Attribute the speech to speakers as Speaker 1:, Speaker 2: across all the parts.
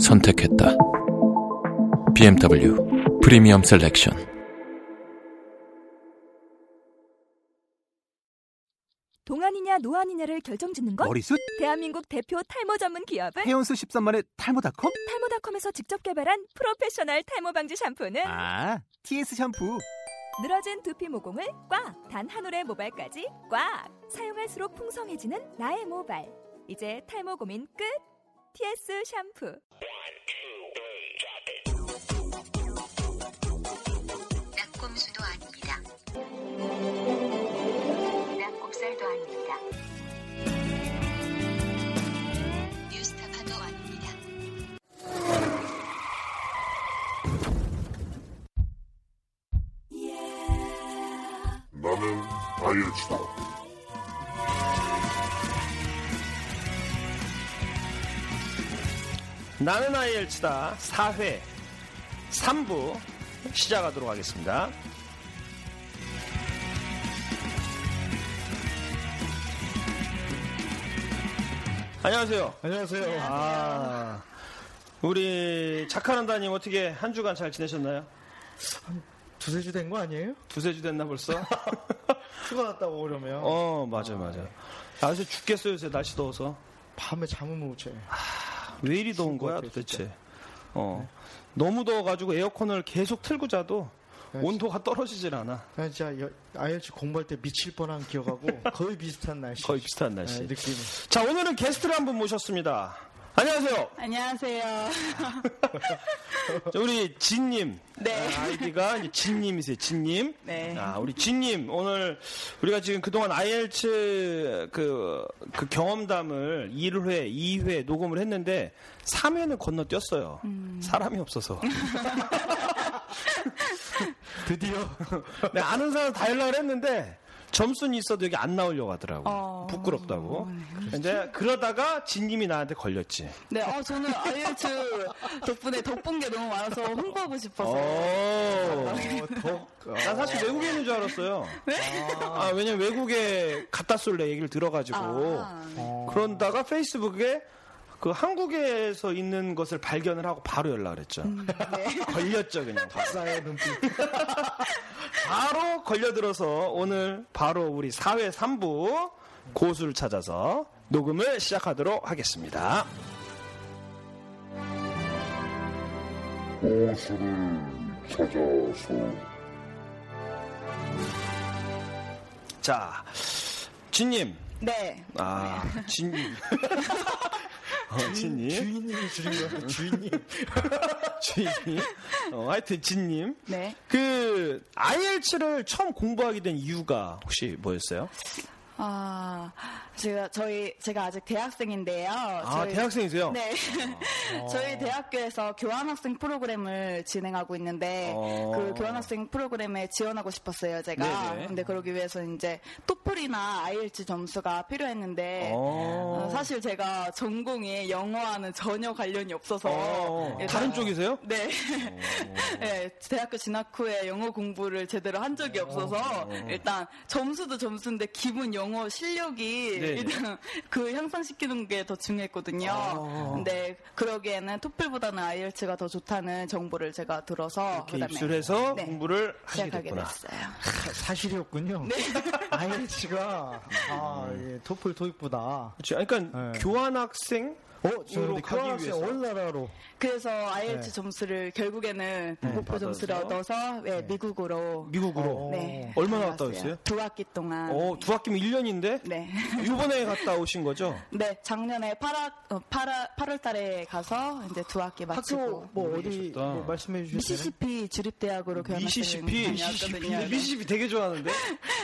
Speaker 1: 선택했다. BMW 프리미엄 셀렉션.
Speaker 2: 동안이냐 노안이냐를 결정짓는 건
Speaker 3: 머리숱 음.
Speaker 2: 대한민국 대표 탈모 전문 기업은
Speaker 3: 헤어수 13만의 탈모닷컴
Speaker 2: 탈모닷컴에서 직접 개발한 프로페셔널 탈모 방지 샴푸는
Speaker 3: 아 TS 샴푸
Speaker 2: 늘어진 두피 모공을 꽉 단 한 올의 모발까지 꽉 사용할수록 풍성해지는 나의 모발 이제 탈모 고민 끝 TS 샴푸
Speaker 4: 낙곰수도 아닙니다. 낙곱살도 아닙니다. 뉴스타파도 아닙니다.
Speaker 5: 나는 다이어트다.
Speaker 6: 나는 아이엘치다 4회 3부 시작하도록 하겠습니다. 안녕하세요. 네, 안녕하세요. 아, 우리 착한한다님 어떻게 한 주간 잘 지내셨나요?
Speaker 7: 두세 주 된 거 아니에요?
Speaker 6: 두세 주 됐나 벌써?
Speaker 7: 휴가 갔다고 오려면
Speaker 6: 어, 맞아, 맞아. 아, 요새 죽겠어요, 요새 날씨 더워서.
Speaker 7: 밤에 잠을 못 자요.
Speaker 6: 왜 이리 더운 거야
Speaker 7: 같아요,
Speaker 6: 도대체? 어 너무 더워가지고 에어컨을 계속 틀고 자도
Speaker 7: 네,
Speaker 6: 온도가 떨어지질 않아.
Speaker 7: 나 진짜 여- IELTS 공부할 때 미칠 뻔한 기억하고 거의 비슷한 날씨. 네,
Speaker 6: 거의 비슷한 날씨.
Speaker 7: 느낌.
Speaker 6: 자 오늘은 게스트를 한 분 모셨습니다. 안녕하세요.
Speaker 8: 안녕하세요.
Speaker 6: 자, 우리 진님.
Speaker 8: 네.
Speaker 6: 아, 아이디가 이제 진님이세요. 진님.
Speaker 8: 네.
Speaker 6: 아, 우리 진님 오늘 우리가 지금 그동안 IELTS 그, 그 경험담을 1회, 2회 녹음을 했는데 3회는 건너뛰었어요. 사람이 없어서. 드디어. 네, 아는 사람 다 연락을 했는데 점수는 있어도 여기 안 나오려고 하더라고. 요
Speaker 8: 어.
Speaker 6: 부끄럽다고. 근데 그러다가 진님이 나한테 걸렸지.
Speaker 8: 네, 어, 저는 아이엘츠 덕분에 덕분 게 너무 많아서 홍보하고 싶어서.
Speaker 6: 오.
Speaker 7: 어, 더,
Speaker 6: 난 사실 외국에 있는 줄 알았어요. 아, 왜냐면 외국에 갔다 쏠래 얘기를 들어가지고. 그런다가 페이스북에 그 한국에서 있는 것을 발견을 하고 바로 연락을 했죠. 걸렸죠, 그냥.
Speaker 7: 박사의 눈빛.
Speaker 6: 바로 걸려들어서 오늘 바로 우리 사회 3부 고수를 찾아서 녹음을 시작하도록 하겠습니다.
Speaker 5: 고수를 찾아서
Speaker 6: 자, 진님.
Speaker 8: 네.
Speaker 6: 아, 진님. 어, 진님.
Speaker 7: 주인님이 줄인 거야. 주인님.
Speaker 6: 주인님. 어, 하여튼 진님.
Speaker 8: 네.
Speaker 6: 그 IELTS를 처음 공부하게 된 이유가 혹시 뭐였어요?
Speaker 8: 아, 제가, 저희, 제가 아직 대학생인데요.
Speaker 6: 아 대학생이세요?
Speaker 8: 어,
Speaker 6: 아.
Speaker 8: 네. 저희 대학교에서 교환학생 프로그램을 진행하고 있는데,
Speaker 6: 어.
Speaker 8: 그 교환학생 프로그램에 지원하고 싶었어요, 제가.
Speaker 6: 네네.
Speaker 8: 근데 그러기 위해서 이제 토플이나 아이엘츠 점수가 필요했는데,
Speaker 6: 어.
Speaker 8: 어, 사실 제가 전공이 영어와는 전혀 관련이 없어서.
Speaker 6: 어,
Speaker 8: 일단-
Speaker 6: 다른 쪽이세요?
Speaker 8: 네.
Speaker 6: 어.
Speaker 8: 네, 대학교 진학 후에 영어 공부를 제대로 한 적이 없어서 일단 점수도 점수인데 기본 영어 실력이
Speaker 6: 네.
Speaker 8: 일단 그 향상시키는 게 더 중요했거든요.
Speaker 6: 아.
Speaker 8: 근데 그러기에는 토플보다는 아이엘츠가 더 좋다는 정보를 제가 들어서
Speaker 6: 이렇게 입술 해서
Speaker 8: 네,
Speaker 6: 공부를 하시게
Speaker 8: 시작하게
Speaker 6: 됐구나.
Speaker 8: 됐어요.
Speaker 7: 사실이었군요.
Speaker 6: 네.
Speaker 7: IELTS가 아,
Speaker 6: 음.
Speaker 7: 예, 토플 토익보다
Speaker 6: 그치, 아니, 그러니까
Speaker 7: 네.
Speaker 6: 교환학생
Speaker 7: 어, 저
Speaker 6: 으로
Speaker 7: 근데
Speaker 6: 가기
Speaker 7: 교환학생
Speaker 6: 위해서.
Speaker 7: 온 나라로
Speaker 8: 그래서 아이엘츠
Speaker 7: 네.
Speaker 8: 점수를 결국에는 목표
Speaker 6: 음, 받아서.
Speaker 8: 점수를 얻어서 네, 미국으로
Speaker 6: 미국으로
Speaker 8: 네,
Speaker 6: 얼마나 갔다
Speaker 8: 올라갔어요.
Speaker 6: 오셨어요?
Speaker 8: 두 학기 동안.
Speaker 6: 어, 두 학기면 1년인데
Speaker 8: 네.
Speaker 6: 이번에 갔다 오신 거죠?
Speaker 8: 네, 작년에 8월, 8월 달에 가서 이제 두 학기
Speaker 7: 학교
Speaker 8: 마치고
Speaker 7: 뭐 어디
Speaker 6: 계셨다.
Speaker 7: 뭐 말씀해 주시면
Speaker 8: 미시시피 주립대학으로 교환학생
Speaker 6: 미시시피, 미시시피,
Speaker 8: 다녀왔거든요.
Speaker 6: 미시시피 되게 좋아하는데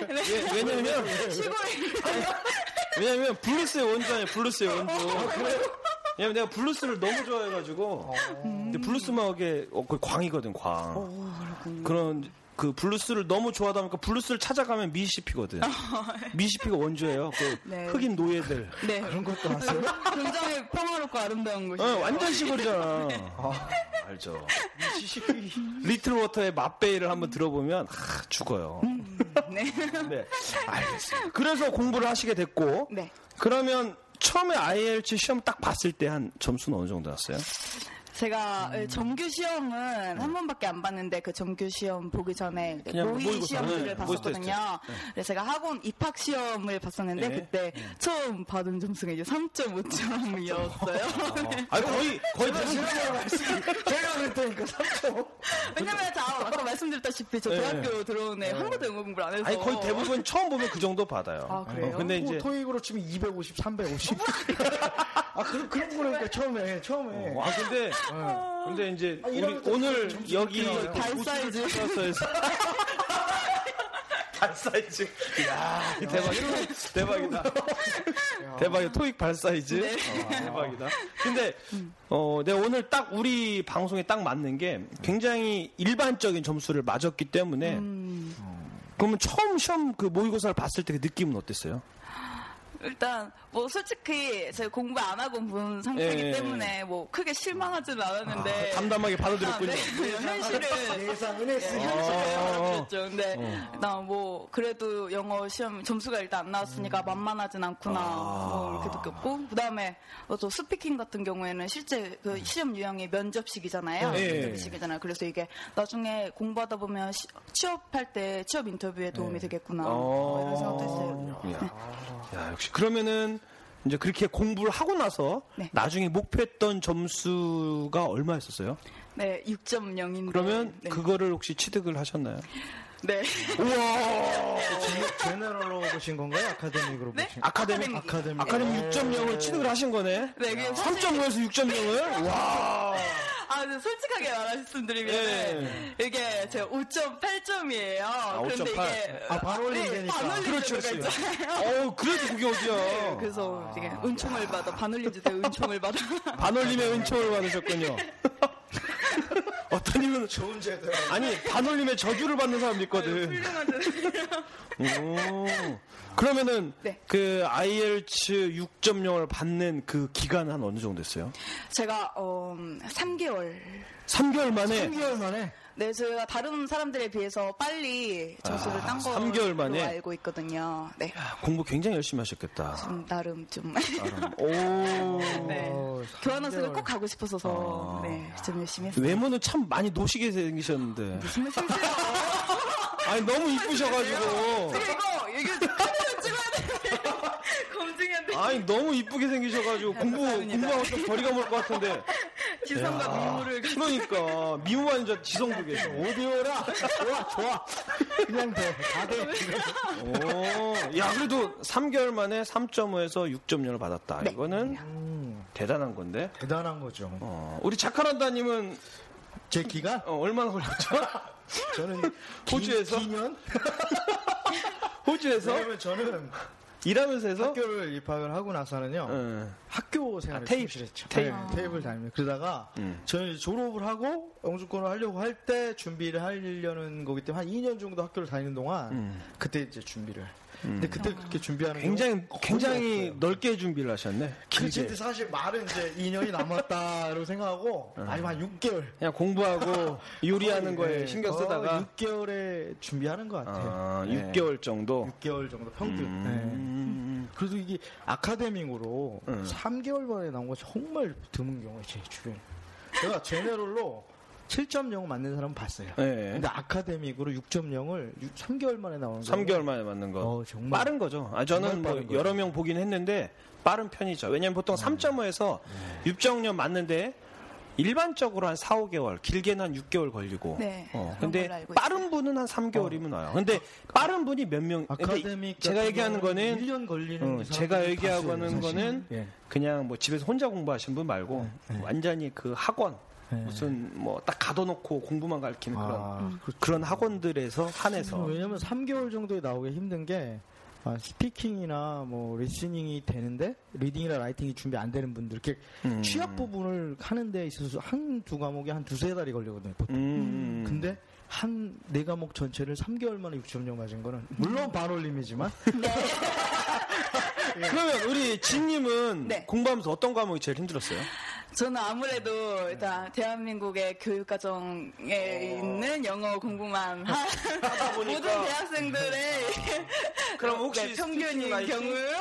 Speaker 8: 네.
Speaker 6: 왜, 왜냐면
Speaker 8: 시골에 어,
Speaker 6: 왜냐면 블루스의 원조 아니에요 블루스의 원조 왜냐면 내가 블루스를 너무 좋아해가지고 근데 블루스만 이게 어, 거의 광이거든 광.
Speaker 8: 어,
Speaker 6: 그런 그 블루스를 너무 좋아하다 보니까 블루스를 찾아가면 미시피거든. 미시피가 원조예요. 그
Speaker 8: 네.
Speaker 6: 흑인 노예들.
Speaker 8: 네.
Speaker 7: 그런 것도 아세요?
Speaker 8: 굉장히 평화롭고 아름다운
Speaker 6: 어,
Speaker 8: 곳이에요.
Speaker 6: 완전 시골이잖아. 아, 알죠. 리틀 워터의 맛베이를 한번 들어보면 아, 죽어요.
Speaker 8: 네.
Speaker 6: 네, 알겠습니다. 그래서 공부를 하시게 됐고
Speaker 8: 네.
Speaker 6: 그러면 처음에 IELTS 시험 딱 봤을 때 한 점수는 어느 정도 났어요?
Speaker 8: 제가
Speaker 6: 음.
Speaker 8: 예, 정규 시험은 한 번밖에 안 봤는데 그 정규 시험 보기 전에
Speaker 6: 네.
Speaker 8: 이제
Speaker 6: 그냥
Speaker 8: 모의
Speaker 6: 모의고사.
Speaker 8: 시험들을
Speaker 6: 네, 모의
Speaker 8: 봤었거든요. 그래서 제가 학원 입학 시험을 봤었는데
Speaker 6: 네.
Speaker 8: 그때 처음 받은 점수가 이제 3.5점이었어요. 네.
Speaker 6: 아 거의 거의 다
Speaker 7: 제가 그랬다니까 3초.
Speaker 8: 왜냐면 저 아- 아까 말씀드렸다시피 저
Speaker 6: 네.
Speaker 8: 대학교 들어온 애 한국어 영어 공부를 안 해서
Speaker 6: 아니 거의 대부분 처음 보면 그 정도 받아요.
Speaker 8: 아, 그래요?
Speaker 6: 어, 근데 이제
Speaker 7: 토익으로 치면 250, 350. 아 그런 그런 거라니까 처음에 처음에.
Speaker 6: 어, 아 근데 근데 이제
Speaker 7: 아,
Speaker 6: 우리
Speaker 7: 이러면 또
Speaker 6: 오늘
Speaker 7: 점수
Speaker 6: 여기
Speaker 7: 이렇게 나와요.
Speaker 8: 발 사이즈.
Speaker 6: 발 사이즈. 야 대박이다. 대박이다. 대박이다. 토익 발 사이즈. 어, 대박이다. 근데 어 내가 오늘 딱 우리 방송에 딱 맞는 게 굉장히 일반적인 점수를 맞았기 때문에. 음. 그러면 처음 시험 그 모의고사를 봤을 때 그 느낌은 어땠어요?
Speaker 8: 일단 뭐 솔직히 제가 공부 안 하고 본 상태이기
Speaker 6: 예.
Speaker 8: 때문에 뭐 크게 실망하지는 않았는데
Speaker 6: 아, 담담하게 네. 받아들였군요. 네.
Speaker 8: 아, 네. 현실은
Speaker 7: 아, 예상은 했으니.
Speaker 6: 어. 아,
Speaker 8: 현실을 그랬죠. 근데 나뭐 그래도 영어 시험 점수가 일단 안 나왔으니까
Speaker 6: 음.
Speaker 8: 만만하진 않구나
Speaker 6: 아.
Speaker 8: 뭐 이렇게 느꼈고 그다음에 어, 또 스피킹 같은 경우에는 실제 그 시험 유형이 면접식이잖아요.
Speaker 6: 음. 네.
Speaker 8: 면접식이잖아요. 그래서 이게 나중에 공부하다 보면 시- 취업할 때 취업 인터뷰에 도움이
Speaker 6: 네.
Speaker 8: 되겠구나
Speaker 6: 어.
Speaker 8: 뭐 이런 생각도 했어요. 네.
Speaker 6: 야, 야, 역시 그러면은 이제 그렇게 공부를 하고 나서
Speaker 8: 네.
Speaker 6: 나중에 목표했던 점수가 얼마였었어요?
Speaker 8: 네, 6.0인데
Speaker 6: 그러면
Speaker 8: 네.
Speaker 6: 그거를 혹시 취득을 하셨나요?
Speaker 8: 네.
Speaker 7: 제너럴로 보신 건가요? 아카데믹으로
Speaker 8: 네?
Speaker 7: 보신
Speaker 6: 아카데믹
Speaker 7: 아카데믹.
Speaker 6: 아카데미 6.0을 취득을 하신 거네.
Speaker 8: 네, 그게 사실-
Speaker 6: 3.5에서 6.0을? 와.
Speaker 8: 아, 근데 솔직하게 말씀드리면
Speaker 6: 예.
Speaker 8: 이게 제가 5.8점이에요.
Speaker 6: 아,
Speaker 8: 그런데
Speaker 6: 5.8.
Speaker 8: 이게
Speaker 7: 아, 반 올리면
Speaker 8: 네,
Speaker 7: 되니까.
Speaker 8: 반 올리면
Speaker 6: 그렇죠,
Speaker 8: 되니까
Speaker 6: 그렇죠.
Speaker 8: 있잖아요.
Speaker 6: 어우, 그래도 그게 어디야.
Speaker 8: 그래서 이게 은총을 받아 반올림 주때 은총을 받아.
Speaker 6: 반올림의 은총을 받으셨군요. 어떤 이유는
Speaker 7: 좋은 제도.
Speaker 6: 아니 반올림의 저주를 받는 사람도 있거든. 오. 그러면은
Speaker 8: 네.
Speaker 6: 그 IELTS 6.0을 받는 그 기간은 한 어느 정도 됐어요?
Speaker 8: 제가 어 3개월.
Speaker 6: 3개월 만에
Speaker 7: 3개월 만에
Speaker 8: 네, 제가 다른 사람들에 비해서 빨리 점수를 딴 거로
Speaker 6: 아, 삼 개월 만에?
Speaker 8: 알고 있거든요. 네.
Speaker 6: 아, 공부 굉장히 열심히 하셨겠다.
Speaker 8: 좀 나름
Speaker 6: 아,
Speaker 8: 좀
Speaker 6: 오.
Speaker 8: 네.
Speaker 6: 어,
Speaker 8: 교환학생을 꼭 가고 싶었어서
Speaker 6: 아.
Speaker 8: 네, 좀 열심히 했어요.
Speaker 6: 외모는 참 많이 노시게 생기셨는데.
Speaker 8: 정말 실수요.
Speaker 6: 아니 너무 이쁘셔가지고.
Speaker 8: 이거 이게 카메라 찍어야 돼요. 검증해야 돼.
Speaker 6: 아니 너무 이쁘게 생기셔가지고 공부
Speaker 8: 감사합니다.
Speaker 6: 공부하고 좀 거리가 멀 것 같은데.
Speaker 8: 지성과 미모를 가지고.
Speaker 6: 아, 그러니까 미모한 여자 지성국에서 오디오라. 좋아 좋아.
Speaker 7: 그냥 돼. 다
Speaker 6: 아,
Speaker 7: 돼.
Speaker 6: 오, 야, 그래도 3개월 만에 3.5에서 6.0을 받았다.
Speaker 7: 네.
Speaker 6: 이거는
Speaker 7: 음.
Speaker 6: 대단한 건데.
Speaker 7: 대단한 거죠.
Speaker 6: 어, 우리 자카란다님은
Speaker 7: 제 기간
Speaker 6: 어, 얼마나 걸렸죠?
Speaker 7: 저는
Speaker 6: 호주에서? 네.
Speaker 7: 2년
Speaker 6: 호주에서
Speaker 7: 왜냐면 저는
Speaker 6: 어? 일하면서 해서
Speaker 7: 학교를 입학을 하고 나서는요.
Speaker 6: 예.
Speaker 7: 학교 생활을
Speaker 6: 아, 테이프.
Speaker 7: 충실했죠.
Speaker 6: 테이프.
Speaker 7: 네, 테이블 다니면 그러다가
Speaker 6: 음.
Speaker 7: 저는 이제 졸업을 하고 영주권을 하려고 할 때 준비를 하려는 거기 때문에 한 2년 정도 학교를 다니는 동안
Speaker 6: 음.
Speaker 7: 그때 이제 준비를. 근데 그때 그렇게 준비하는
Speaker 6: 굉장히
Speaker 7: 경우가 거의
Speaker 6: 굉장히
Speaker 7: 없어요.
Speaker 6: 넓게 준비를 하셨네.
Speaker 7: 그렇지.
Speaker 6: 길게.
Speaker 7: 근데 사실 말은 이제 2년이 남았다로 생각하고
Speaker 6: 음.
Speaker 7: 아니면 한 6개월
Speaker 6: 그냥 공부하고
Speaker 7: 어,
Speaker 6: 요리하는
Speaker 7: 네.
Speaker 6: 거에 신경 쓰다가
Speaker 7: 예, 6개월에 준비하는 것 같아요.
Speaker 6: 아, 음.
Speaker 7: 네.
Speaker 6: 6개월 정도.
Speaker 7: 6개월 정도 평균. 네. 그래도 이게 아카데밍으로
Speaker 6: 네.
Speaker 7: 3개월 만에 나온 거 정말 드문 경우에 제 주변. 제가 제네럴로 7.0 맞는 사람 봤어요.
Speaker 6: 예.
Speaker 7: 근데 아카데믹으로 6.0을 3개월 만에 나오는 거.
Speaker 6: 3개월 만에 맞는 거.
Speaker 7: 어, 정말.
Speaker 6: 빠른 거죠. 아, 저는
Speaker 7: 정말
Speaker 6: 뭐
Speaker 7: 빠른 거죠. 아,
Speaker 6: 여러 명 보긴 했는데 빠른 편이죠. 왜냐면 보통 3.5에서
Speaker 7: 네.
Speaker 6: 6.0년 맞는데 일반적으로 한 4, 5개월, 길게는 한 6개월 걸리고.
Speaker 8: 네,
Speaker 6: 어,
Speaker 8: 그런
Speaker 6: 근데
Speaker 8: 걸로 알고
Speaker 6: 빠른 분은 한 3개월이면 와요. 근데 빠른 분이 몇 명, 근데
Speaker 7: 어. 아, 아카데믹
Speaker 6: 제가
Speaker 7: 같은
Speaker 6: 얘기하는
Speaker 7: 경우는
Speaker 6: 거는
Speaker 7: 1년 걸리는
Speaker 6: 어,
Speaker 7: 사람들이
Speaker 6: 제가 얘기하고
Speaker 7: 봤어요,
Speaker 6: 하는
Speaker 7: 사실.
Speaker 6: 거는
Speaker 7: 예.
Speaker 6: 그냥 뭐 집에서 혼자 공부하신 분 말고
Speaker 7: 네,
Speaker 6: 완전히 그 학원 무슨 뭐 딱 가둬놓고 공부만 가르치는 그런
Speaker 7: 아,
Speaker 6: 그런 학원들에서 한해서
Speaker 7: 왜냐면 3개월 정도에 나오기 힘든 게 아, 스피킹이나 뭐 리스닝이 되는데 리딩이나 라이팅이 준비 안 되는 분들 이렇게
Speaker 6: 음.
Speaker 7: 취약 부분을 하는 데 있어서 한 두 과목에 한 두세 달이 걸리거든요. 보통.
Speaker 6: 음.
Speaker 7: 근데 한 네 과목 전체를 3개월 만에 6.0 가진 거는 물론 반올림이지만
Speaker 6: 예. 그러면 우리 진님은
Speaker 8: 네.
Speaker 6: 공부하면서 어떤 과목이 제일 힘들었어요?
Speaker 8: 저는 아무래도 일단 대한민국의 교육과정에 있는 영어 공부만 한 모든 대학생들의
Speaker 6: 네. 그럼 혹시
Speaker 8: 네, 평균인
Speaker 6: 스피킹 라이팅?
Speaker 8: 경우요?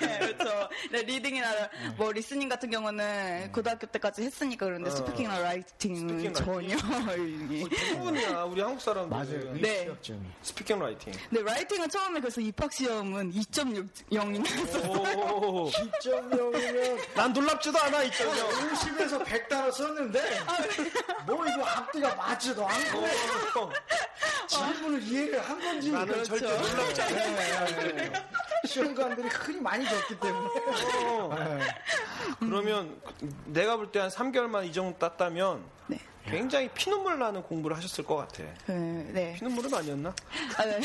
Speaker 8: 네, 그렇죠. 네, 리딩이나 뭐 리스닝 같은 경우는 고등학교 때까지 했으니까 그런데 스피킹이나 라이팅은
Speaker 6: 음. 어. 스피킹 라이팅? 뭐
Speaker 8: 전혀 이게.
Speaker 6: 대부분이야 우리 한국 사람들.
Speaker 7: 맞아요.
Speaker 8: 네.
Speaker 7: 취약점이.
Speaker 6: 스피킹 라이팅.
Speaker 8: 네, 라이팅은 처음에 그래서 입학 시험은 2.0이
Speaker 6: 어.
Speaker 8: 나서
Speaker 6: 오.
Speaker 7: 2.0이면
Speaker 6: 난 놀랍지도 않아 있죠.
Speaker 7: 50에서 100달러 썼는데 뭐 이거 앞뒤가 맞지도 않고 질문을 이해를 한 건지
Speaker 6: 어, 나는
Speaker 8: 그렇죠.
Speaker 6: 절대 놀랍지
Speaker 8: 네.
Speaker 7: 않아요 시험관들이 흔히 많이 줬기 때문에
Speaker 6: 어. 그러면 그- 내가 볼 때 한 3개월만 이 정도 땄다면
Speaker 8: 네.
Speaker 6: 굉장히 피눈물 나는 공부를 하셨을 것 같아.
Speaker 8: 네, 네.
Speaker 6: 피눈물은 아니었나?
Speaker 8: 아, 네.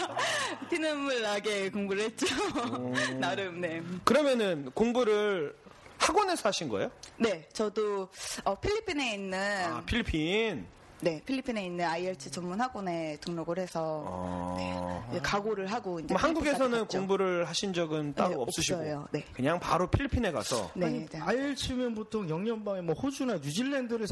Speaker 8: 피눈물 나게 공부를 했죠.
Speaker 6: 어.
Speaker 8: 나름, 네.
Speaker 6: 그러면은 공부를 학원에서 하신 거예요?
Speaker 8: 네, 저도 어, 필리핀에 있는
Speaker 6: 아, 필리핀.
Speaker 8: 네, 필리핀에 있는 IELTS 전문 학원에 등록을 해서
Speaker 6: 어.
Speaker 8: 이제 예, 각오를 하고 이제
Speaker 6: 그럼 한국에서는
Speaker 8: 필리핀까지 갔죠.
Speaker 6: 공부를 하신 적은 따로
Speaker 8: 네,
Speaker 6: 없으시고
Speaker 8: 없어요. 네.
Speaker 6: 그냥 바로 필리핀에 가서
Speaker 8: 네, 네.
Speaker 7: 아일 치면 보통 영연방에 뭐 호주나 뉴질랜드를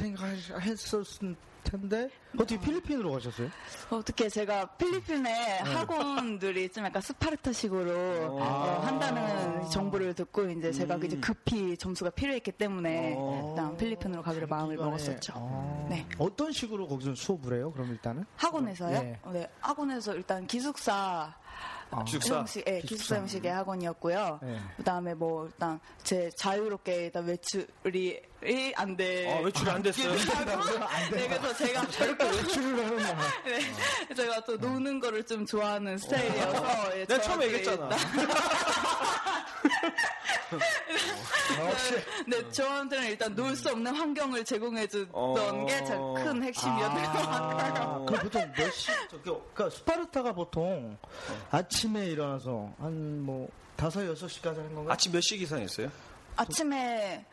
Speaker 7: 생각했었을 텐데
Speaker 8: 아.
Speaker 7: 어떻게 필리핀으로 가셨어요?
Speaker 8: 어떻게 제가
Speaker 6: 네.
Speaker 8: 필리핀에 학원들이 좀 약간 스파르타식으로
Speaker 6: 아.
Speaker 8: 어, 한다는 정보를 듣고 이제 제가
Speaker 6: 음.
Speaker 8: 이제 급히 점수가 필요했기 때문에
Speaker 6: 어.
Speaker 8: 일단 필리핀으로 가기로
Speaker 6: 아,
Speaker 8: 마음을
Speaker 7: 중간에,
Speaker 8: 먹었었죠.
Speaker 7: 아,
Speaker 8: 네.
Speaker 7: 어떤 식으로 거기서 수업을 해요? 그럼 일단은
Speaker 8: 학원에서요?
Speaker 7: 네.
Speaker 8: 어, 네, 학원에서 일단 기숙사
Speaker 6: 기숙사. 음.
Speaker 8: 형식, 예, 기숙사
Speaker 7: 기숙사.
Speaker 8: 형식의 학원이었고요.
Speaker 7: 네.
Speaker 8: 그다음에 뭐 일단 제 자유롭게 일단 외출이 안 돼.
Speaker 6: 아, 외출이 안 됐어요?
Speaker 8: 네, 그래서 제가
Speaker 7: 외출을 하는 거
Speaker 8: 네, 제가 또 노는 거를 좀 좋아하는 스타일이어서 예,
Speaker 6: 내가 네, 처음에
Speaker 8: 저한테
Speaker 6: 얘기했잖아.
Speaker 8: 일단- 네, 저한테는 일단 놀 수 없는 환경을 제공해
Speaker 6: 어.
Speaker 8: 줬던 게 큰 핵심이었던 것 같아요.
Speaker 7: 그럼 보통 몇 시? 저, 그, 그러니까 스파르타가 보통 아침에 일어나서 한 뭐 다섯 여섯 시까지 하는 건가?
Speaker 6: 아침 몇 시 기상했어요?
Speaker 8: 아침에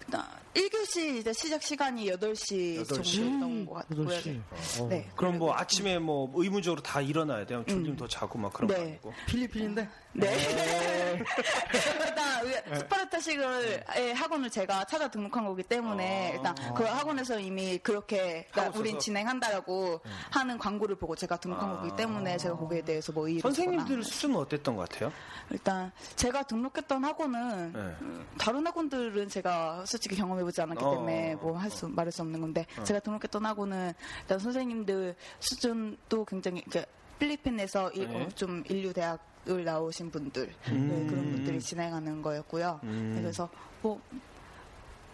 Speaker 8: 일단 1교시 이제 시작 시간이 8시, 정도였던 것 같고요.
Speaker 7: 여덟 시. 어.
Speaker 8: 네.
Speaker 6: 그럼 뭐 아침에 뭐 의무적으로 다 일어나야 돼요. 졸리면 더 자고 막 그런 거
Speaker 8: 음. 네.
Speaker 6: 아니고.
Speaker 7: 필리핀인데
Speaker 8: 네. 일단 의- 스파르타식을 의 학원을 제가 찾아 등록한 거기 때문에
Speaker 6: 아.
Speaker 8: 일단 그 학원에서 이미 그렇게 그러니까
Speaker 6: 하고
Speaker 8: 우린
Speaker 6: 있어서. 네. 아.
Speaker 8: 진행한다라고 하는 광고를 보고 제가 등록한 거기 때문에 제가 거기에 대해서 뭐 이의
Speaker 6: 선생님들 수준은 어땠던 것 같아요?
Speaker 8: 일단 제가 등록했던 학원은
Speaker 6: 네.
Speaker 8: 음, 다른 학원들은 제가 솔직히 경험해보지 않았기
Speaker 6: 어.
Speaker 8: 때문에 뭐 할 수 말할 수 없는 건데 제가 등록했던 학원은 일단 선생님들 수준도 굉장히 이제 필리핀에서 이-
Speaker 6: 네.
Speaker 8: 어, 좀 인류 대학을 나오신 분들 네, 그런 분들이 진행하는 거였고요.
Speaker 6: 음.
Speaker 8: 네, 그래서 뭐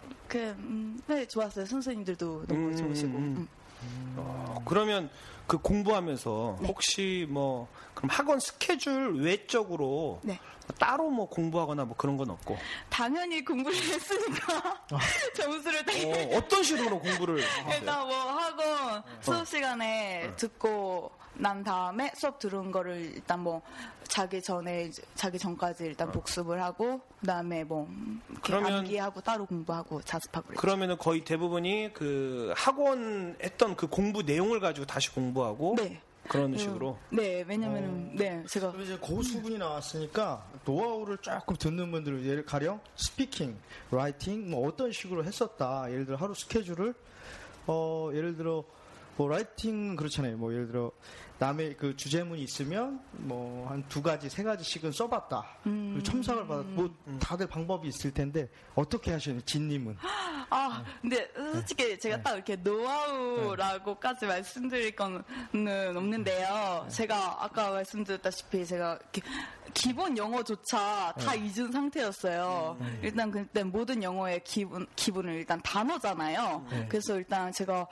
Speaker 8: 이렇게 음, 네, 좋았어요. 선생님들도 너무
Speaker 6: 음,
Speaker 8: 좋으시고.
Speaker 6: 음.
Speaker 8: 음.
Speaker 6: 어, 그러면 그 공부하면서
Speaker 8: 네.
Speaker 6: 혹시 뭐 그럼 학원 스케줄 외적으로
Speaker 8: 네.
Speaker 6: 따로 뭐 공부하거나 뭐 그런 건 없고
Speaker 8: 당연히 공부를 했으니까
Speaker 6: 아.
Speaker 8: 점수를 당연히
Speaker 6: 어, 어떤 식으로 공부를 하세요?
Speaker 8: 일단 뭐 학원 수업 시간에
Speaker 6: 어.
Speaker 8: 듣고 난 다음에 수업 들은 거를 일단 뭐 자기 전에 이제- 자기 전까지 일단 복습을 하고 그다음에 뭐 이렇게
Speaker 6: 어. 그러면-
Speaker 8: 암기하고 따로 공부하고 자습하고 그랬죠.
Speaker 6: 그러면은 거의 대부분이 그 학원 했던 그 공부 내용을 가지고 다시 공부하고
Speaker 8: 네.
Speaker 6: 그런 식으로 어.
Speaker 8: 네 왜냐면은 네 제가
Speaker 7: 그럼 이제 고수분이 나왔으니까 노하우를 조금 듣는 분들을 예를 가령 스피킹, 라이팅 뭐 어떤 식으로 했었다. 예를 들어 하루 스케줄을 어 예를 들어 뭐 라이팅 그렇잖아요. 뭐 예를 들어 남의 그 주제문이 있으면 뭐 한 두 가지 세 가지씩은 써봤다. 그리고 첨삭을 받았. 뭐 다들 방법이 있을 텐데 어떻게 하시는 진님은?
Speaker 8: 아 근데 솔직히 제가 딱 이렇게 노하우라고까지 말씀드릴 건은 없는데요 제가 아까 말씀드렸다시피 제가 이렇게 기본 영어조차 다 잊은 상태였어요 일단 그때 모든 영어의 기본 기본은 일단 단어잖아요 그래서 일단 제가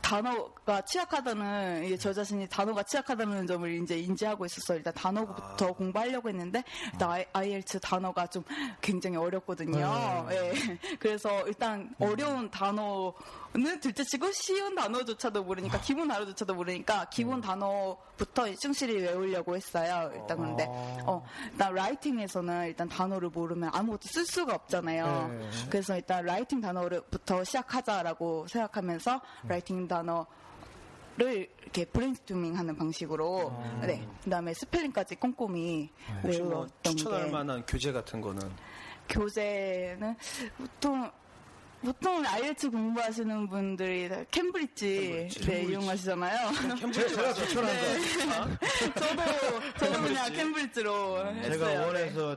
Speaker 8: 단어가 취약하다는 이게 저 자신이 단어가 취약하다는 점을 이제 인지하고 있었어요. 일단 단어부터 공부하려고 했는데 일단 I- IELTS 단어가 좀 굉장히 어렵거든요. 예. 그래서 일단 어려운 단어는 둘째치고 쉬운 단어조차도 모르니까 기본 단어조차도 모르니까 기본 단어부터 충실히 외우려고 했어요. 일단 근데 어, 일단 라이팅에서는 일단 단어를 모르면 아무것도 쓸 수가 없잖아요.
Speaker 7: 네.
Speaker 8: 그래서 일단 라이팅 단어부터 시작하자라고 생각하면서
Speaker 7: 음.
Speaker 8: 라이팅 단어 를 이렇게 브레인스토밍 하는 방식으로
Speaker 7: 아.
Speaker 8: 네 그다음에 스펠링까지 꼼꼼히
Speaker 7: 네.
Speaker 6: 혹시 뭐
Speaker 8: 외웠던
Speaker 6: 추천할
Speaker 8: 게
Speaker 6: 만한 교재 같은 거는
Speaker 8: 교재는 보통 보통 IELTS 공부하시는 분들이 다 캠브리지,
Speaker 6: 캠브리지.
Speaker 8: 네, 이용하시잖아요.
Speaker 6: 제가 추천한
Speaker 8: 저도 저도 그냥 캠브리지로 했어요.
Speaker 7: 음. 제가
Speaker 8: 네.
Speaker 7: 원에서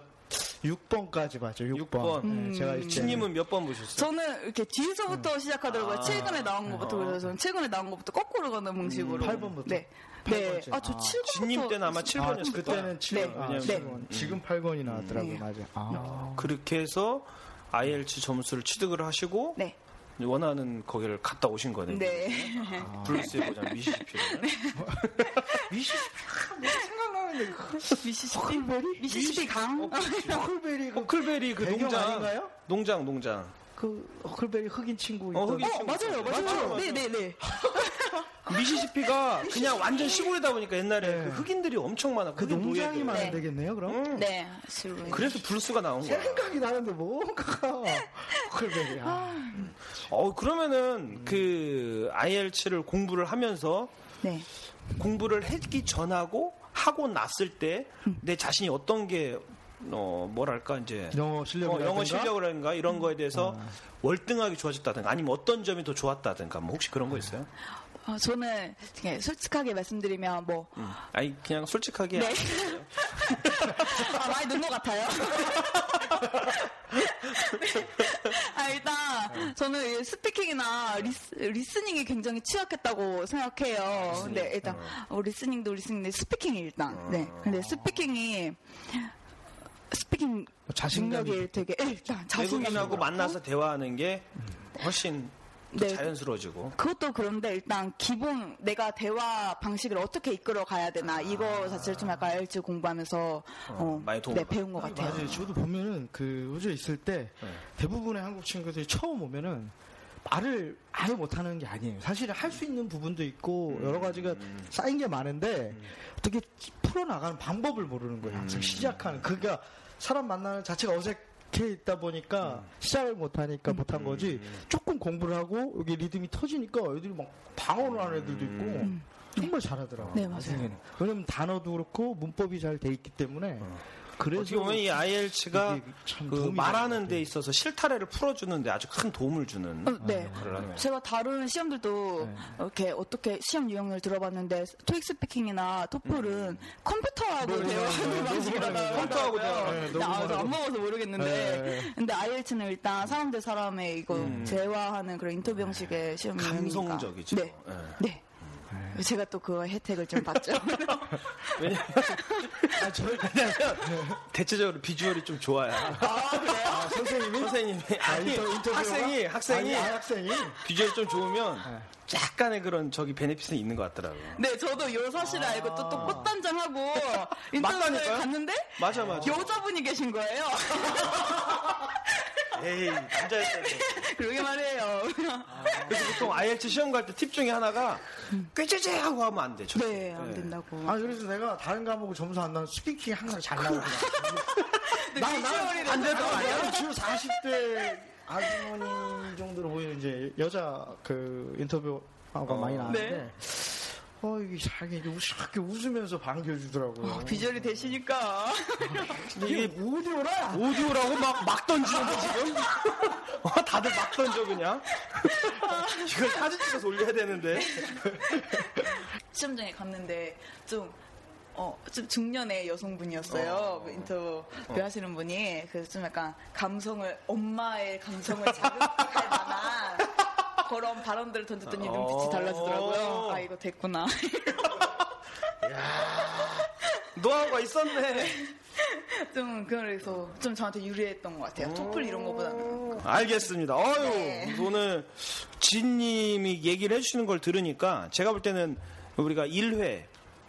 Speaker 7: 6번까지 봤죠. 6번. 네,
Speaker 6: 6번.
Speaker 7: 제가 이제
Speaker 6: 신님은 몇 번 보셨어요?
Speaker 8: 저는 이렇게 뒤에서부터 시작하더라고요. 최근에 나온 것부터 그래서 저는 최근에 나온 것부터 거꾸로 가는 방식으로.
Speaker 7: 팔 번부터?
Speaker 8: 네.
Speaker 7: 팔
Speaker 8: 네.
Speaker 7: 번째.
Speaker 8: 아, 저
Speaker 7: 아,
Speaker 8: 7번부터.
Speaker 6: 진님 때는 아마
Speaker 7: 아,
Speaker 6: 7번이었을
Speaker 7: 그때는 7번.
Speaker 8: 네.
Speaker 7: 아,
Speaker 6: 왜냐면-
Speaker 7: 7번. 지금 8번이 나왔더라고요.
Speaker 8: 네.
Speaker 7: 맞아요. 아.
Speaker 6: 그렇게 해서 IELTS 점수를 취득을 하시고
Speaker 8: 네.
Speaker 6: 원하는 거기를 갔다 오신 거네요. 아.
Speaker 8: 네.
Speaker 6: 블루스에 보자 미시시피를.
Speaker 8: 미시시피 미시시피 강. 아, 어,
Speaker 7: 허클베리 그
Speaker 6: 허클베리 그
Speaker 7: 배경
Speaker 6: 농장
Speaker 7: 아닌가요?
Speaker 6: 농장 농장.
Speaker 7: 그 허클베리 흑인 친구
Speaker 6: 어,
Speaker 7: 있던
Speaker 6: 흑인 친구.
Speaker 8: 맞아요. 맞아요. 네, 네, 네.
Speaker 6: 그 미시시피가 그냥 완전 시골이다 보니까 옛날에 그 흑인들이 엄청 많아.
Speaker 7: 네. 그 농장이 많은
Speaker 8: 네.
Speaker 7: 되겠네요. 그럼
Speaker 8: 네. 실로.
Speaker 6: 그래서 블루스가 나온 거야.
Speaker 7: 생각이 나는데 뭐? 뭔가 허클베리. 아.
Speaker 6: 어 그러면은
Speaker 7: 음.
Speaker 6: 그 IELTS를 공부를 하면서
Speaker 8: 네.
Speaker 6: 공부를 했기 전하고 하고 났을 때
Speaker 7: 음.
Speaker 6: 내 자신이 어떤 게 어, 뭐랄까 이제
Speaker 7: 영어 음. 실력이
Speaker 6: 어, 영어 실력이라든가 이런 거에 대해서 월등하게 좋아졌다든가 아니면 어떤 점이 더 좋았다든가 뭐 혹시 그런 거 있어요?
Speaker 8: 어, 저는 그냥 솔직하게 말씀드리면 뭐
Speaker 6: 음. 아니 그냥 솔직하게
Speaker 8: 네. 아, 많이 는것 같아요. 아, 일단 저는 이 스피킹이나 리스, 리스닝이 굉장히 취약했다고 생각해요. 근데 일단 어, 리스닝도 리스닝인데 스피킹이 일단. 네. 근데 스피킹이 스피킹
Speaker 7: 자신감이
Speaker 8: 능력이 되게 예, 일단
Speaker 6: 외국인하고
Speaker 8: 자신감하고 어?
Speaker 6: 만나서 대화하는 게 훨씬 더
Speaker 8: 네.
Speaker 6: 자연스러워지고
Speaker 8: 그것도 그런데 일단 기본 내가 대화 방식을 어떻게 이끌어 가야 되나 이거 자체를 좀 약간 알지 공부하면서 어,
Speaker 6: 많이 도움을
Speaker 8: 네, 배운 것 같아요.
Speaker 7: 맞아요. 저도 보면은 그 호주에 있을 때 대부분의 한국 친구들이 처음 오면은 말을 아예 못하는 게 아니에요. 사실 할 수 있는 부분도 있고 여러 가지가 쌓인 게 많은데 어떻게 풀어나가는 방법을 모르는 거예요. 항상 시작하는 그러니까 사람 만나는 자체가 어색해 있다 보니까 시작을 못하니까 못한 거지 조금 공부를 하고 여기 리듬이 터지니까 애들이 막 방언을 하는 애들도 있고 정말 잘하더라고요.
Speaker 8: 네, 맞아요.
Speaker 7: 나중에는. 왜냐면 단어도 그렇고 문법이 잘 돼 있기 때문에 그래서 뭐
Speaker 6: 어떻게 보면 이 IELTS가
Speaker 7: 이게 참
Speaker 6: 그
Speaker 7: 도움이
Speaker 6: 말하는
Speaker 7: 많이
Speaker 6: 데 있어서 실타래를 풀어주는데 아주 큰 도움을 주는
Speaker 8: 어, 네.
Speaker 6: 역할을 하네요.
Speaker 8: 제가 다른 시험들도
Speaker 7: 네.
Speaker 8: 이렇게 어떻게 시험 유형을 들어봤는데 토익 스피킹이나 토플은
Speaker 7: 네,
Speaker 8: 컴퓨터하고
Speaker 7: 네,
Speaker 8: 대화하는
Speaker 7: 네,
Speaker 8: 방식이라
Speaker 7: 네, 네,
Speaker 6: 컴퓨터하고 대화.
Speaker 8: 네,
Speaker 7: 네, 너무
Speaker 8: 아, 저안
Speaker 7: 말하고.
Speaker 8: 먹어서 모르겠는데
Speaker 7: 네,
Speaker 8: 근데 IELTS는 일단 사람 대 사람의 이거 대화하는 그런 인터뷰 형식의 시험 유형이니까
Speaker 6: 감성적이죠.
Speaker 8: 네.
Speaker 6: 예.
Speaker 8: 네. 제가 또 그 혜택을 좀 받죠.
Speaker 6: 왜냐면 아, 저- 왜냐면 대체적으로 비주얼이 좀 좋아야
Speaker 7: 아, 선생님이
Speaker 6: 선생님이
Speaker 7: 아,
Speaker 6: 아니,
Speaker 7: 인터- 인터뷰가?
Speaker 6: 학생이 학생이
Speaker 7: 아니, 아, 네. 학생이
Speaker 6: 비주얼이 좀 좋으면 약간의 그런 저기 베네핏은 있는 것 같더라고요.
Speaker 8: 네, 저도 요 사실을 알고 또, 또 꽃단장하고 인터뷰를
Speaker 6: 맞다니까요?
Speaker 8: 갔는데
Speaker 6: 맞아 맞아.
Speaker 8: 여자분이 계신 거예요.
Speaker 6: 에이 남자였어요.
Speaker 8: 그러게 말이에요.
Speaker 6: 그래서 보통 IELTS 시험 갈 때 팁 중에 하나가 꾀죄죄 하고 하면 안 돼. 절대.
Speaker 8: 네, 안 된다고.
Speaker 7: 아 그래서 내가 다른 과목을 점수 안 나면 스피킹 항상 잘 나오더라.
Speaker 8: 나안될
Speaker 7: 안될거 아니야? 주로 40대 아주머니 정도로 보이는 이제 여자 그 인터뷰가 많이 나왔는데
Speaker 8: 네.
Speaker 7: 어 이게 자기 이렇게 우스럽게 웃으면서 반겨주더라고요.
Speaker 8: 아,
Speaker 6: 아,
Speaker 8: 비주얼이 되시니까.
Speaker 7: 이게 오디오라.
Speaker 6: 오디오라고 막 막 던지는데 지금 어, 다들 막 던져 그냥 이걸 사진 찍어서 올려야 되는데
Speaker 8: 시험장에 갔는데 좀. 어, 좀 중년의 여성분이었어요. 그 인터뷰 하시는 분이. 그래서 좀 약간 감성을, 엄마의 감성을 자극할 만한 그런 발언들을 던졌더니
Speaker 6: 어.
Speaker 8: 눈빛이 달라지더라고요. 아, 이거 됐구나.
Speaker 6: 노하우가 있었네.
Speaker 8: 좀, 그래서 좀 저한테 유리했던 것 같아요. 토플 이런 거보다는.
Speaker 6: 알겠습니다. 어유
Speaker 9: 네.
Speaker 6: 오늘 진님이 얘기를 해주시는 걸 들으니까 제가 볼 때는 우리가 1회,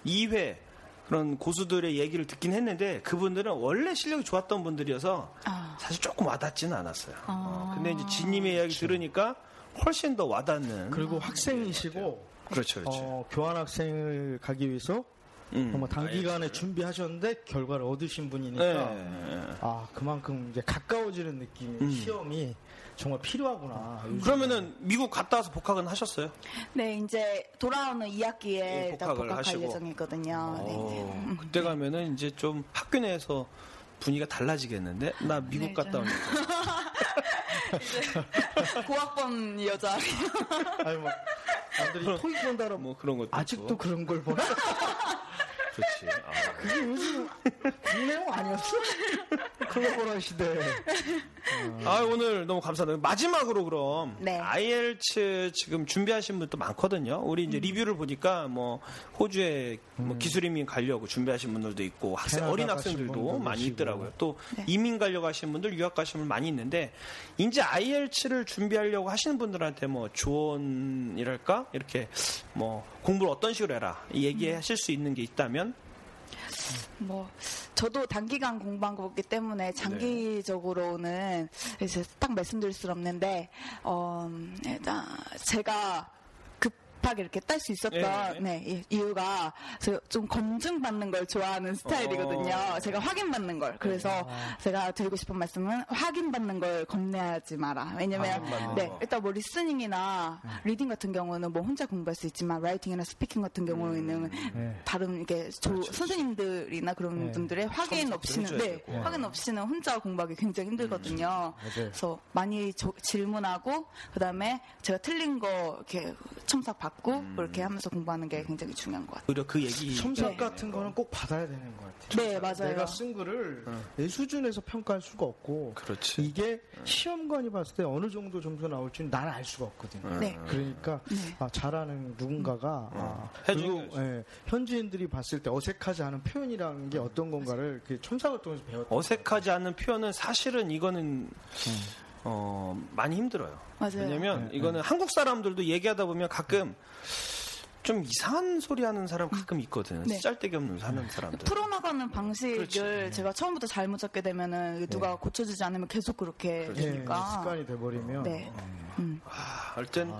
Speaker 6: 2회 그런 고수들의 얘기를 듣긴 했는데 그분들은 원래 실력이 좋았던 분들이어서
Speaker 8: 아.
Speaker 6: 사실 조금 와닿지는 않았어요. 어, 근데 이제 진님의 이야기 들으니까 훨씬 더 와닿는.
Speaker 7: 그렇죠.
Speaker 6: 네.
Speaker 7: 그리고 학생이시고
Speaker 6: 그렇죠, 아, 그렇죠.
Speaker 7: 어, 교환학생을 가기 위해서
Speaker 6: 음.
Speaker 7: 정말 단기간에 준비하셨는데 결과를 얻으신
Speaker 6: 네.
Speaker 7: 분이니까 아 그만큼 이제 가까워지는 느낌
Speaker 6: 음.
Speaker 7: 시험이 정말 필요하구나. 요즘.
Speaker 6: 그러면은 미국 갔다 와서 복학은 하셨어요?
Speaker 8: 네, 이제 돌아오는 2학기에
Speaker 6: 예,
Speaker 8: 일단
Speaker 6: 복학을
Speaker 8: 복학할
Speaker 6: 하시고.
Speaker 8: 예정이거든요. 네.
Speaker 6: 어, 그때 가면은 이제 좀 학교 내에서 분위기가 달라지겠는데 나 미국
Speaker 8: 네,
Speaker 6: 갔다 온 여자.
Speaker 8: 고학번 여자.
Speaker 7: 아니 뭐 남들이 토익 본다라 뭐
Speaker 6: 뭐 그런 것도
Speaker 7: 아직도
Speaker 6: 있고.
Speaker 7: 그런 걸 보나?
Speaker 6: 그렇지. 아,
Speaker 7: 그게 요즘 국내용
Speaker 6: 네,
Speaker 7: 아니었어? 글로벌한 시대.
Speaker 6: 아, 오늘 너무 감사합니다. 마지막으로 그럼
Speaker 9: 네.
Speaker 6: IELTS 지금 준비하신 분도 많거든요. 우리 이제 리뷰를 보니까 뭐 호주에 뭐 기술이민 가려고 준비하신 분들도 있고 학생
Speaker 7: 음. 캐나다
Speaker 6: 어린
Speaker 7: 가신
Speaker 6: 학생들도
Speaker 7: 분도
Speaker 6: 많이
Speaker 7: 계시고.
Speaker 6: 있더라고요. 또 이민 가려고 하시는 분들, 유학 가시는 분 많이 있는데 이제 IELTS를 준비하려고 하시는 분들한테 뭐 조언이랄까 이렇게 뭐 공부를 어떤 식으로 해라 이 얘기하실 수 있는 게 있다면
Speaker 8: 뭐 저도 단기간 공부한 거기 때문에 장기적으로는 이제 딱 말씀드릴 수는 없는데 어 일단 제가 급하게 이렇게 딸 수 있었던
Speaker 6: 예, 예.
Speaker 8: 네, 이- 이유가 제가 좀 검증받는 걸 좋아하는 스타일이거든요.
Speaker 6: 어.
Speaker 8: 제가 확인받는 걸. 그래서 제가 드리고 싶은 말씀은 확인받는 걸 겁내하지 마라. 왜냐면
Speaker 6: 확인받는
Speaker 8: 네,
Speaker 6: 거.
Speaker 8: 일단 뭐 리스닝이나 리딩 같은 경우는 뭐 혼자 공부할 수 있지만 라이팅이나 스피킹 같은 경우에는 다른 이게 조- 선생님들이나 그런 분들의 확인 없이는
Speaker 6: 해줘야
Speaker 8: 네,
Speaker 6: 되고.
Speaker 8: 확인 없이는 혼자 공부하기 굉장히 힘들거든요. 그래서 많이 저- 질문하고 그다음에 제가 틀린 거 이렇게 첨삭 받고 그렇게 하면서 공부하는 게 굉장히 중요한 것 같아요.
Speaker 6: 오히려 그 얘기
Speaker 7: 첨삭 같은 거는 꼭 받아야 되는 것 같아요.
Speaker 8: 네, 맞아요.
Speaker 7: 내가 쓴 글을 내 수준에서 평가할 수가 없고
Speaker 6: 어. 그렇지. 어.
Speaker 7: 이게 시험관이 봤을 때 어느 정도 점수 나올지는 난 알 수가 없거든요.
Speaker 6: 어.
Speaker 8: 네.
Speaker 7: 그러니까 아, 잘하는 누군가가 아, 그리고
Speaker 6: 음. 어. 해줘야지.
Speaker 7: 예, 현지인들이 봤을 때 어색하지 않은 표현이라는 게 어떤 건가를 그 첨삭을 통해서 배웠다.
Speaker 6: 어색하지 않은 표현은 사실은 이거는
Speaker 7: 음.
Speaker 6: 어, 많이 힘들어요.
Speaker 8: 맞아요.
Speaker 6: 왜냐면
Speaker 7: 네.
Speaker 6: 이거는 한국 사람들도 얘기하다 보면 가끔 좀 이상한 소리 하는 사람 가끔 있거든.
Speaker 8: 네.
Speaker 6: 쓰잘데기 없는 하는 사람들.
Speaker 8: 풀어나가는 방식을 제가 처음부터 잘못 잡게 되면은 누가 고쳐주지 않으면 계속 그렇게
Speaker 7: 예,
Speaker 8: 되니까.
Speaker 7: 습관이
Speaker 6: 어,
Speaker 7: 돼버리면
Speaker 8: 그러니까. 네.
Speaker 6: 아, 하여튼
Speaker 7: 네.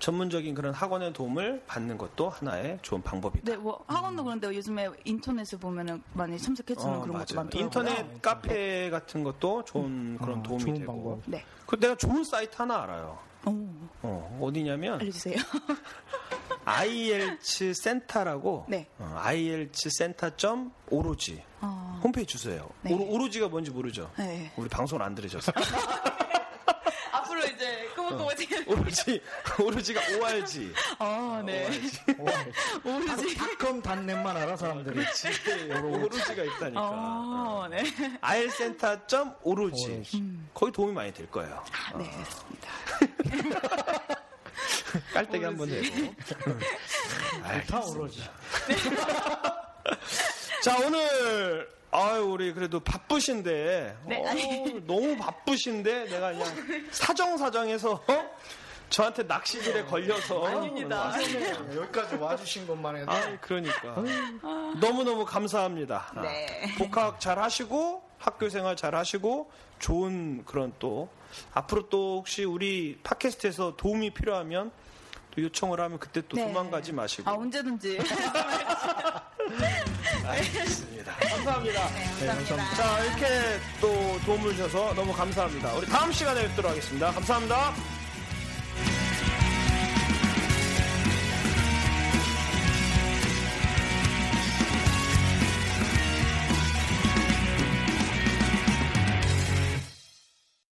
Speaker 6: 전문적인 그런 학원의 도움을 받는 것도 하나의 좋은 방법이다.
Speaker 8: 네, 뭐 학원도 그런데 요즘에 인터넷에 보면은 많이 첨삭해주는
Speaker 6: 어,
Speaker 8: 그렇죠. 그런 것도
Speaker 6: 맞아요.
Speaker 8: 많더라고요. 네.
Speaker 6: 인터넷 카페 같은 것도 좋은 그런
Speaker 7: 아,
Speaker 6: 도움이
Speaker 7: 좋은
Speaker 6: 되고.
Speaker 7: 방법.
Speaker 8: 네,
Speaker 6: 그 내가 좋은 사이트 하나 알아요.
Speaker 8: 오,
Speaker 6: 어, 어디냐면
Speaker 8: 알려주세요.
Speaker 6: IELTS 센터라고
Speaker 8: 네.
Speaker 6: 어, IELTS 센터 점 오로지
Speaker 8: 어.
Speaker 6: 홈페이지 주세요.
Speaker 8: 네.
Speaker 6: 오로, 오로지가 뭔지 모르죠.
Speaker 8: 네.
Speaker 6: 우리 방송을 안 들으셔서
Speaker 8: 앞으로 이제 꾸물꾸물 지금.
Speaker 6: 오로지 오로지가 ORG
Speaker 8: 아, 네. 오로지.
Speaker 7: 닷컴 닷넷만 알아 사람들이.
Speaker 6: 오로지가 있다니까.
Speaker 8: 어, 네.
Speaker 6: IELTS 센터 점 오로지
Speaker 8: 음.
Speaker 6: 거기 도움이 많이 될 거예요.
Speaker 8: 아, 네, 알겠습니다.
Speaker 6: 깔때기 한번 내고.
Speaker 7: 다 오로지.
Speaker 6: 자 오늘 아유 우리 그래도 바쁘신데
Speaker 8: 네,
Speaker 6: 어우,
Speaker 8: 아니.
Speaker 6: 너무 바쁘신데 내가 그냥 사정사정해서 어? 저한테 낚시질에 걸려서 어.
Speaker 8: 아닙니다.
Speaker 7: 네, 여기까지 와주신 것만 해도
Speaker 6: 아, 그러니까. 너무너무 감사합니다. 아,
Speaker 9: 네.
Speaker 6: 복학 잘 하시고, 학교 생활 잘 하시고, 좋은 그런 또, 앞으로 또 혹시 우리 팟캐스트에서 도움이 필요하면 또 요청을 하면 그때 또
Speaker 8: 네.
Speaker 6: 도망가지 마시고.
Speaker 8: 아, 언제든지.
Speaker 6: 알겠습니다. 네, 감사합니다. 자, 이렇게 또 도움을 주셔서 너무 감사합니다. 우리 다음 시간에 뵙도록 하겠습니다. 감사합니다.